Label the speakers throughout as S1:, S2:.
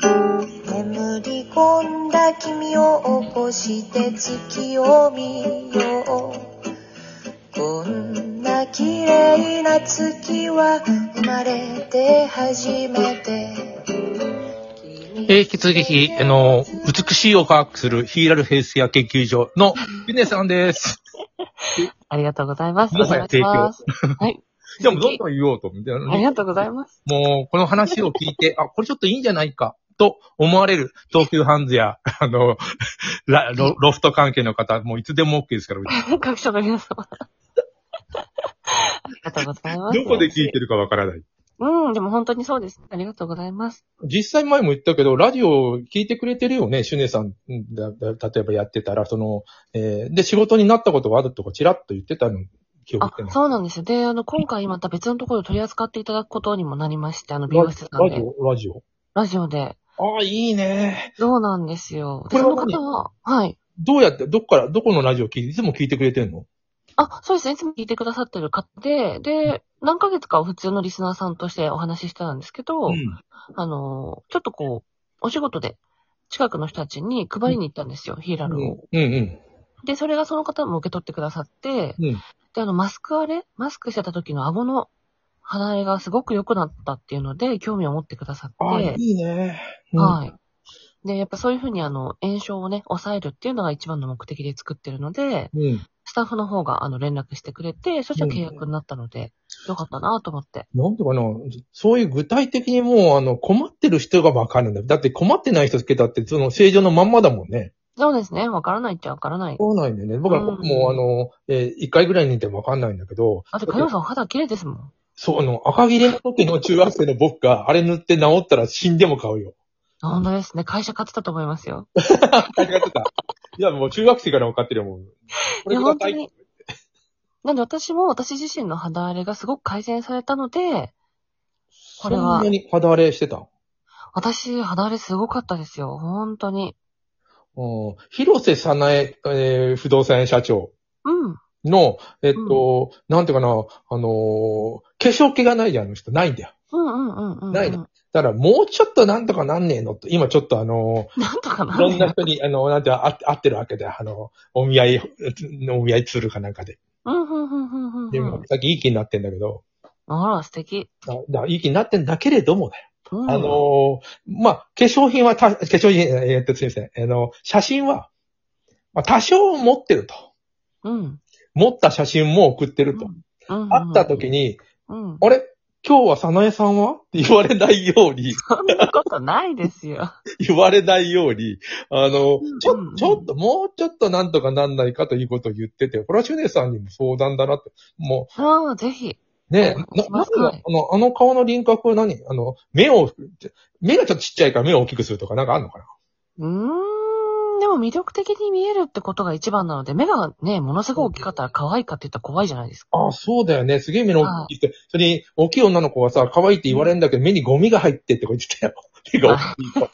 S1: 眠り込んだ君を起こして月を見ようこんな綺麗な月は生まれて初めて
S2: えー引き続き、あの、美しいを科学するヒーラルヘルスや研究所のミネさんです。
S3: ありがとうございます。
S2: 皆さん
S3: お願いしますはい。
S2: じゃあもうどんどん言おうと、みたいな
S3: ありがとうございます。
S2: もう、この話を聞いて、あ、これちょっといいんじゃないか、と思われる、東急ハンズや、あの、ラロロフト関係の方、もういつでも OK ですから、うち
S3: 各所の皆様。ありがとうございます。
S2: どこで聞いてるかわからない。
S3: うん、でも本当にそうです。ありがとうございます。
S2: 実際前も言ったけど、ラジオ聞いてくれてるよね、シュネさんだ、だ例えばやってたら、その、えーで、仕事になったことがあるとか、ちらっと言ってたの、記憶
S3: あ
S2: って、ます。
S3: そうなんですよ。で、あの、今回また別のところで取り扱っていただくことにもなりまして、あの、美
S2: ラ
S3: 容室
S2: ジ
S3: さんで。
S2: オ、ラジオ。
S3: ラジオで。
S2: ああ、いいね。
S3: そうなんですよ。
S2: こ
S3: で
S2: れ
S3: そ
S2: は
S3: の
S2: 何
S3: 方は、はい。
S2: どうやって、どっから、どこのラジオ聞いて、いつも聞いてくれてんの
S3: あ、そうですね。いつも聞いてくださってる方で、で、何ヶ月かは普通のリスナーさんとしてお話ししてたんですけど、
S2: うん。
S3: あの、ちょっとこう、お仕事で近くの人たちに配りに行ったんですよ、ヒーラ
S2: う
S3: ルを。
S2: んうん。
S3: で、それがその方も受け取ってくださって、
S2: うん
S3: で、あの、マスクあれマスクしてた時の顎の鼻絵がすごく良くなったっていうので、興味を持ってくださって、
S2: ああ、いいね。うん
S3: はい。で、やっぱそういうふうにあの、炎症をね、抑えるっていうのが一番の目的で作ってるので、
S2: うん。
S3: スタッフの方があの、連絡してくれて、そしたら契約になったので、よかったなと思って。
S2: なんていうかな、そういう具体的にもう、あの、困ってる人がわかるんだよ。だって困ってない人つけたって、その正常のまんまだもんね。
S3: そうですね、わからないっちゃわからない。
S2: そうなんだよね。僕は、
S3: うん
S2: 僕も、あの、えー一回ぐらいにいてわかんないんだけど、
S3: あと、かよさん肌綺麗ですもん。
S2: そう、あの、赤切れの時の中学生の僕が、あれ塗って治ったら死んでも買うよ。
S3: 本当ですね、会社買ってたと思いますよ。
S2: 間違ってた。いや、もう中学生から分かってるよ、もう。これ
S3: いや、
S2: くだ
S3: 本当
S2: さい。
S3: に。なんで私も私自身の肌荒れがすごく改善されたので、
S2: そ
S3: こ
S2: ん
S3: れは
S2: なに肌荒れしてた。
S3: 私肌荒れすごかったですよ。本当に。
S2: うん。広瀬さなえ、えー不動産屋社長
S3: うん。
S2: の、えっと、なんていうかな、あのー化粧気がないじゃん、あの人。ないんだよ。
S3: うんうんうんうんうん。
S2: ないのだから、もうちょっとなんとかなんねえのと、今ちょっとあの
S3: なんとか
S2: ー
S3: ない
S2: ろんな人に、あのーなんていうのあ会ってるわけで、あのーお見合い、お見合いツールかなんかで。
S3: うんうんうんうんうん
S2: で
S3: う
S2: も
S3: ん。、
S2: さっきいい気になってんだけど、
S3: あら、素敵。
S2: だだいい気になってんだけれどもね。
S3: うん、
S2: あのーまあ、化粧品はた、化粧品、えーえっと、すみません。あの、写真は、まあ、多少持ってると。
S3: うん、
S2: 持った写真も送ってると。
S3: うん。うん。
S2: 会った時に、
S3: うん。
S2: あれ今日は早苗さんはって言われないよう に、
S3: そんなことないですよ。
S2: 言われないように、あの
S3: うん、
S2: ち
S3: うんう
S2: ょ、
S3: ん
S2: ちょっと、もうちょっとなんとかなんないかということを言ってて、これはシュネさんにも相談だなって。も
S3: ああ、ぜひ。
S2: う、ね
S3: うん
S2: え、な、
S3: し
S2: な
S3: ま
S2: ん
S3: す
S2: で
S3: はい
S2: あの、あの顔の輪郭は何あの、目を、目がちょっとちっちゃいから目を大きくするとかなんかあるのかな
S3: うーん。でも魅力的に見えるってことが一番なので、目がね、ものすごい大きかったら可愛いかって言ったら怖いじゃないですか。
S2: ああ、そうだよね。すげえ目の大きい人。それに、大きい女の子がさ、可愛いって言われるんだけど、目にゴミが入ってってこう言ってたよ。手が大きい子。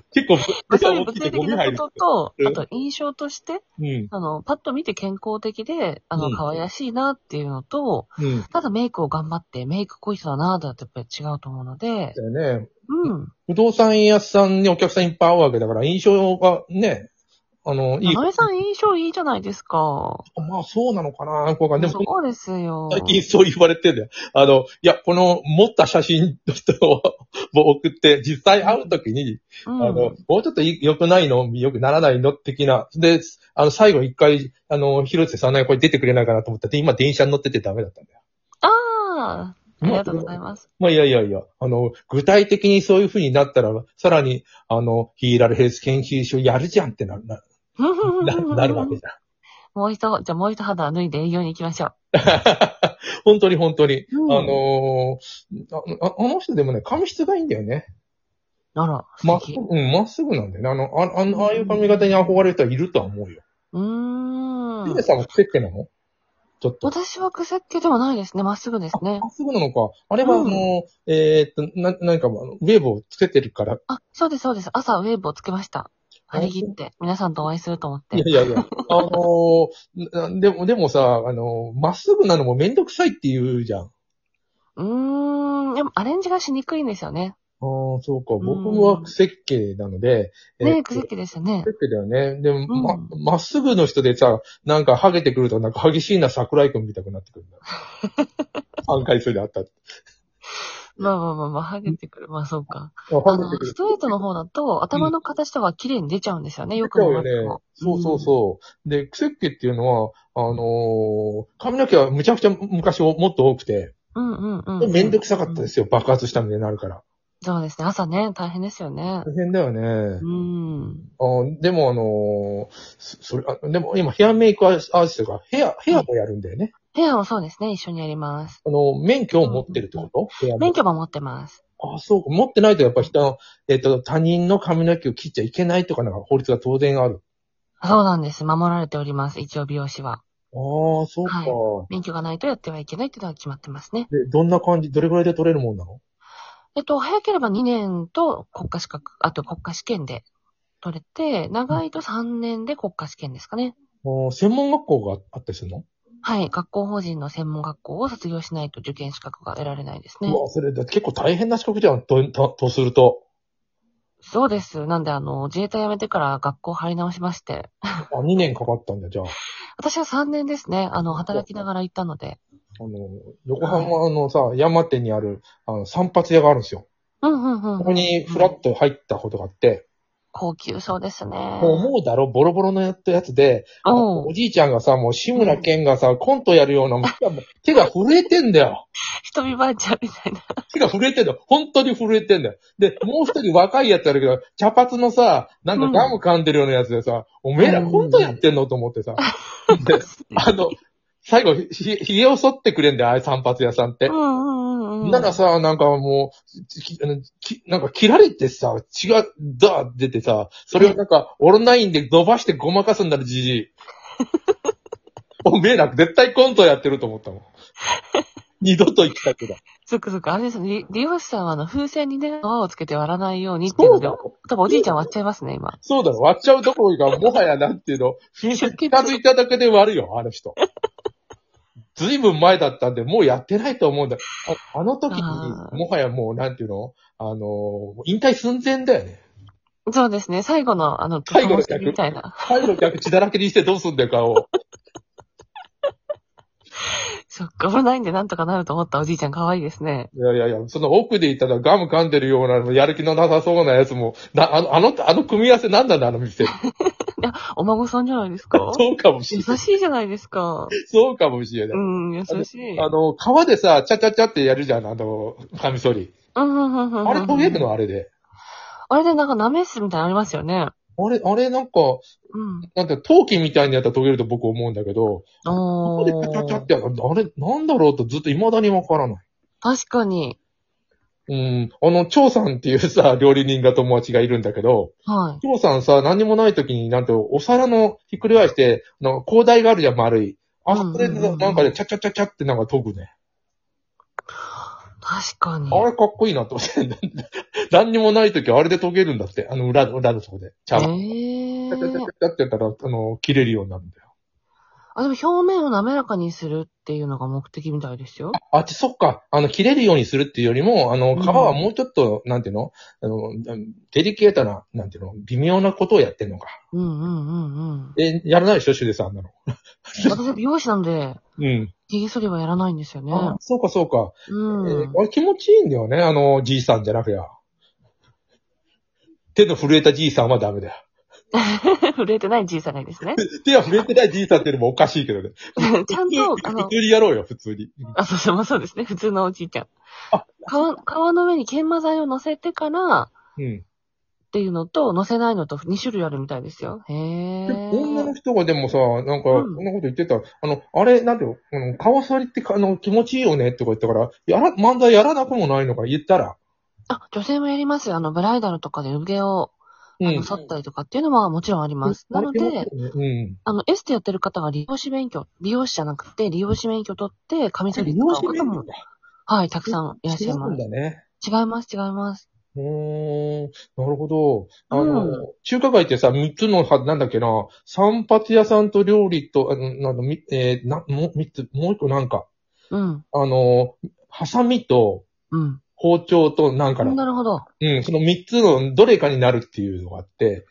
S2: 結構、
S3: まあ
S2: 手
S3: そうい
S2: が大き
S3: う物
S2: くて
S3: 理
S2: ゴ
S3: 的
S2: ミ
S3: な
S2: 入
S3: こ
S2: る。
S3: とと
S2: う、ん
S3: あと印象として、
S2: うん。
S3: あの、パッと見て健康的で、あ
S2: う
S3: の、
S2: ん
S3: 可愛らしいなっていうのと、
S2: うん。
S3: ただメイクを頑張って、メイク濃い人だなだとやっぱり違うと思うので、
S2: だよね。
S3: うん。
S2: 不動産屋さんにお客さんいっぱい会うわけだから、印象がね、あの、いい。
S3: あのえさん印象いいじゃないですか。
S2: まあ、そうなのかな、こうか。でも、
S3: そうですよ。
S2: 最近そう言われてんだよ。あの、いや、この持った写真の人 をを送って、実際会うときに、
S3: うん、
S2: あの、もうちょっとい良くないの良くならないの的な。で、あの、最後一回、あの、広瀬さんの声出てくれないかなと思ったで、今電車に乗っててダメだったんだよ。
S3: ああ、ありがとうございます。
S2: まあ、いやいやいや、あの、具体的にそういう風になったら、さらに、あの、ヒーラルヘルス研究所やるじゃんってなる、な、 ななるわけじゃん。
S3: もう一度、じゃあもう一度肌脱いで営業に行きましょう。
S2: 本当に本当に。
S3: うん
S2: あのーあ、ああの人でもね、髪質がいいんだよね。
S3: あら、
S2: ま
S3: 素
S2: っす
S3: 敵。
S2: ぐ、うん、まっすぐなんだよね。あの、ああのああいう髪型に憧れる人はいるとは思うよ。
S3: う
S2: ヒ
S3: ー
S2: デ
S3: ん。
S2: さんは癖ってなのちょっと。
S3: 私は癖っ気ではないですね。まっすぐですね
S2: ま。っすぐなのか。あれは、あ
S3: うん
S2: の、えーっと、な、なんか、あのウェーブをつけてるから、
S3: あ、そうです、そうです。朝ウェーブをつけました。張り切って、皆さんとお会いすると思って
S2: いや。いやいや、あのーなでも、でもさ、あのーまっすぐなのもめんどくさいって言うじゃん。
S3: うーん、でもアレンジがしにくいんですよね。
S2: ああ、そうか。
S3: ん
S2: 僕は設計なので、
S3: ねえ、
S2: ク
S3: 奇跡でしたね。
S2: 設計だよね。でも、ま、
S3: う
S2: まっすぐの人でさ、なんかハゲてくると、なんか激しいな桜井くん見たくなってくるん だ。3回それであった。
S3: まあまあまあまあ、ハゲてくる。まあそうか。
S2: あ
S3: あ
S2: ハゲ
S3: の
S2: てく、る
S3: ス。トレートの方だと、頭の形とか綺麗に出ちゃうんですよね。よく
S2: そう
S3: も
S2: よ
S3: 悪く
S2: ね
S3: も。。
S2: そうそうそう。で、クセッケっていうのは、あのー髪の毛はむちゃくちゃ昔もっと多くて、
S3: うんうんうんうん。
S2: めんどくさかったですよ。爆発したみたいになるから。
S3: そうですね。朝ね、大変ですよね。
S2: 大変だよね。
S3: うん。
S2: あでもあのーそそれあ、でも今ヘアメイクアーティストがヘア、ヘアもやるんだよね。
S3: ヘアもそうですね。一緒にやります。
S2: あの、免許を持ってるってことヘアメイ
S3: 免
S2: ク
S3: 許も持ってます。
S2: あ、そうか。持ってないとやっぱ人の、えっと、他人の髪の毛を切っちゃいけないとかなんか法律が当然ある。
S3: そうなんです。守られております。一応美容師は。
S2: ああ、そうか。
S3: 免許がないとやってはいけないっていうのは決まってますね。
S2: で、どんな感じ、どれぐらいで取れるもんなの
S3: えっと、早ければ2年と国家資格、あと国家試験で取れて、長いと3年で国家試験ですかね。
S2: あー専門学校があったりするの、
S3: はい。学校法人の専門学校を卒業しないと受験資格が得られないですね
S2: う。わ、それだって結構大変な資格じゃん、と、ととすると。
S3: そうです。なんで、あの、自衛隊辞めてから学校入り直しまして。
S2: あ、2年かかったんだ、じゃあ。
S3: 私は3年ですね。あの、働きながら行ったので。
S2: あの、横浜のさ、山手にある、あの、散髪屋があるんですよ。
S3: うんうんうん。
S2: ここにフラッと入ったことがあって、
S3: 高級そうですね。
S2: もう思うだろ、ボロボロのやったやつで、
S3: お
S2: おじいちゃんがさ、もう志村けんがさ、コントやるような、もうもう手が震えてんだよ。
S3: 瞳ばあちゃんみたいな。
S2: 手が震えてんだよ。本当に震えてんだよ。で、もう一人若いやつあるけど、茶髪のさ、なんかガム噛んでるようなやつでさ、おめえらコントやってんのと思ってさ。で、あの、最後、ひ、ひげを剃ってくれんだよ、あれ散髪屋さんって
S3: うん。うんうんうん。
S2: ならさ、なんかもう、きあのきなんか切られてさ、血がダー出てさ、それをなんか、オロナインで伸ばしてごまかすんだろ、じじ い。おめえら、絶対コントやってると思ったもん。二度と行きたくない。
S3: つくづく、あれですね。り利用者さんは、あの、風船にね、泡をつけて割らないようにっていう
S2: そう
S3: ので
S2: だ、ろ
S3: 多分おじいちゃん割っちゃいますね、今。
S2: そうだろ割っちゃうどころか、もはやなんていうの、風船近づいただけで割るよ、あの人。ずいぶん前だったんで、もうやってないと思うんだ。ああの時に、
S3: あー
S2: もはやもう、なんていうのあのー引退寸前だよね。
S3: そうですね。最後の、あの、
S2: 最後の客
S3: 灯火みたいな。
S2: 最後の客血だらけにしてどうすんだよ、顔。
S3: そっか、危ないんでなんとかなると思ったおじいちゃん可愛いですね。
S2: いやいやいや、その奥でいたらガム噛んでるような、やる気のなさそうなやつも、な、あの、あの、あの組み合わせなんなんだ、あの店。
S3: お孫さんじゃないですか
S2: そうかもしれ
S3: 優
S2: ない。
S3: しいじゃないですか。
S2: そうかもしれな
S3: う
S2: い。
S3: ん、優しい。
S2: あの、川でさ、チャチャチャってやるじゃん、あの、カミソリ。
S3: うんうんうんうんうん
S2: あれ取れるのあれで。
S3: あれでなんか舐めすみたいなのありますよね。
S2: あれ、あれなんか、
S3: うん。
S2: なんか陶器みたいにやったら研げると僕思うんだけど、ここ
S3: お
S2: でチャチャチャ
S3: ー
S2: っ。てやるあれ、なんだろうとずっと未だにわからない。
S3: 確かに。
S2: うん、あの、張さんっていうさ、料理人が友達がいるんだけど、
S3: はい。
S2: 父さんさ、何にもない時になんて、お皿のひっくり返して、あの、広大があるじゃん、丸い。あ
S3: うんうんうん
S2: それでなんかね、チャチャチャチャってなんか研ぐね。
S3: 確かに。
S2: あれかっこいいなと思って。 何にもない時はあれで研げるんだって。あの、裏の、裏のとこで。ちゃん。チ
S3: ええ
S2: ャチャチャチャ
S3: ー
S2: チ。ャってやったら、あの、切れるようになるんだよ。
S3: あ、でも表面を滑らかにするっていうのが目的みたいですよ。
S2: あっち、そっか。あの、切れるようにするっていうよりも、あの、
S3: うん
S2: 皮はもうちょっと、なんていうのあの、デリケートな、なんていうの微妙なことをやってんのか。
S3: うんうんうんうん。
S2: え、やらないでしょ、シュデさんあんなの。
S3: 私は美容師なんで、
S2: うん。
S3: 髭剃りはやらないんですよね。
S2: あ、そうか、そうか。え
S3: うん
S2: ー。あれ気持ちいいんだよね、あの、じいさんじゃなくや。手の震えたじいさんはダメだよ。
S3: 震えてないじいさんがいいですね。
S2: 手が震えてないじいさんっていうのもおかしいけどね。
S3: ちゃんと、あ
S2: 普
S3: の、
S2: 通にやろうよ、普通に。
S3: あ、そうそう、まあそうですね。普通のおじいちゃん。
S2: あ
S3: 皮、皮の上に研磨剤を乗せてから、っ
S2: うん。
S3: ていうのと、乗せないのと2種類あるみたいですよ。へえ。
S2: 女の人がでもさ、なんか、こ
S3: うん
S2: んなこと言ってた。あの、あれ、なんていうのあの、顔剃りってかあの気持ちいいよねとか言ったから、やら、漫才やらなくもないのか言ったら。
S3: あ、女性もやりますよ。あの、ブライダルとかで産毛を、
S2: う
S3: あの、剃ったりとかっていうのはもちろんあります。なの
S2: あれ
S3: で、
S2: 気持ちいいよね
S3: あの、エステやってる方が理容師免許、美容師じゃなくて、理容師免許取って、髪
S2: う
S3: 剃
S2: ん。
S3: り
S2: 利
S3: と
S2: 用し
S3: か
S2: てみ
S3: の方
S2: る
S3: も
S2: ん、だ。
S3: はい、たくさんいらっしゃい
S2: 違う
S3: ま
S2: んだね。
S3: す。違います、違います。
S2: ううーん。なるほど。あの、
S3: う
S2: 中華街ってさ、三つのは、なんだっけな、散髪屋さんと料理と、あのなんだ、み、えーな、もう、三つ、もう一個なんか、
S3: うん。
S2: あの、ハサミと
S3: うん。
S2: 包丁となんか
S3: な
S2: な、
S3: るほど。
S2: うん、その三つのどれかになるっていうのがあって、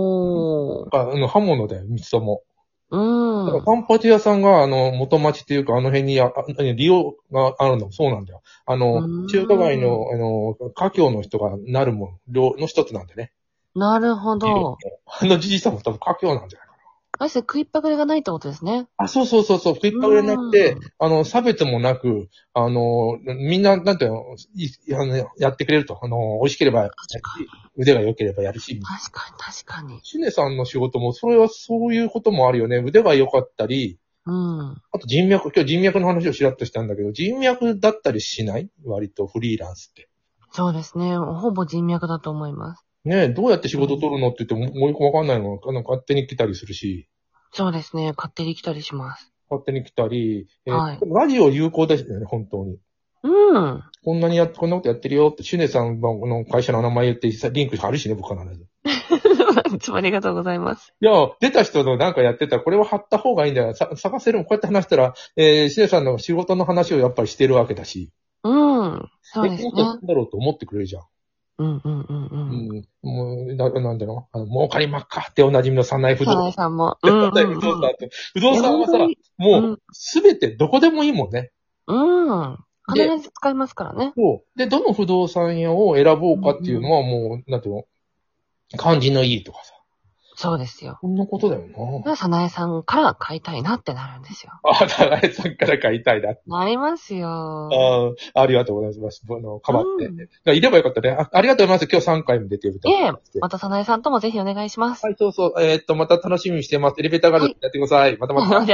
S3: おー。
S2: ああの、刃物だよ、三つとも。
S3: うん。
S2: だから散髪屋さんが、あの、元町っていうか、あの辺にあ、あ何利用があるの、そうなんだよ。あ
S3: う
S2: の
S3: ん、
S2: 中華街の、あの、家境の人がなるもん、量の一つなんでね。
S3: なるほど。
S2: あのじじいさんも多分家境なんじゃないかな。
S3: あれですね、食いっぱぐれがないってことですね。
S2: あ、そうそうそうそう、食いっぱぐれなくて
S3: うん、
S2: あの、差別もなく、あの、みんな、なんていうの、いいあのやってくれると、あの、美味しければやるし、腕が良ければやるし、
S3: 確かに、確かに。
S2: シネさんの仕事も、それはそういうこともあるよね。腕が良かったり、
S3: うん。
S2: あと人脈、今日人脈の話をしらっとしたんだけど、人脈だったりしない割とフリーランスって。
S3: そうですね。ほぼ人脈だと思います。
S2: ねえ、どうやって仕事取るのって言っても、もう一個わかんないの。あの勝手に来たりするし、
S3: そうですね。勝手に来たりします。
S2: 勝手に来たり、えー
S3: はい
S2: ラジオ有効ですよね、本当に。
S3: うん。
S2: こんなにやって、こんなことやってるよって、シュネさんのこの会社の名前言って、リンク貼るしね、僕は必ず。い
S3: いつもありがとうございます。
S2: や、出た人のなんかやってたら、これは貼った方がいいんだよ。さ探せるもん、こうやって話したら、えーシュネさんの仕事の話をやっぱりしてるわけだし、
S3: うん。そうです
S2: え
S3: ね
S2: こ。の人なんだろうと思ってくれるじゃん。
S3: うんうんうんうん。
S2: うん、もう、ななんだろうのあの、儲かりまっかっておなじみの三内不動
S3: サザ
S2: 産
S3: エ。さんも。うんうん
S2: 三内
S3: う
S2: 不
S3: ん
S2: 動産って。不動産はさ、
S3: う
S2: も
S3: ん
S2: う、すべてどこでもいいもんね。
S3: うん。
S2: で
S3: 必ず使いますからね。
S2: そう。で、どの不動産屋を選ぼうかっていうのはもう、なんていうの感じのいいとかさ。
S3: そうですよ。
S2: こんなことだよな。
S3: がサナエさんから買いたいなってなるんですよ。
S2: あ、だらえさんから買いた いな。
S3: なりますよ。
S2: ああ、ありがとうございます。あの、かばって。
S3: うん
S2: だからいればよかったね。あありがとうございます。今日3回も出てると。
S3: いえいえ
S2: は
S3: またサナエさんともぜひお願いします。
S2: い、そうそう。えーっと、また楽しみにしてます。エレベーターガールズやってください。またまた。
S3: では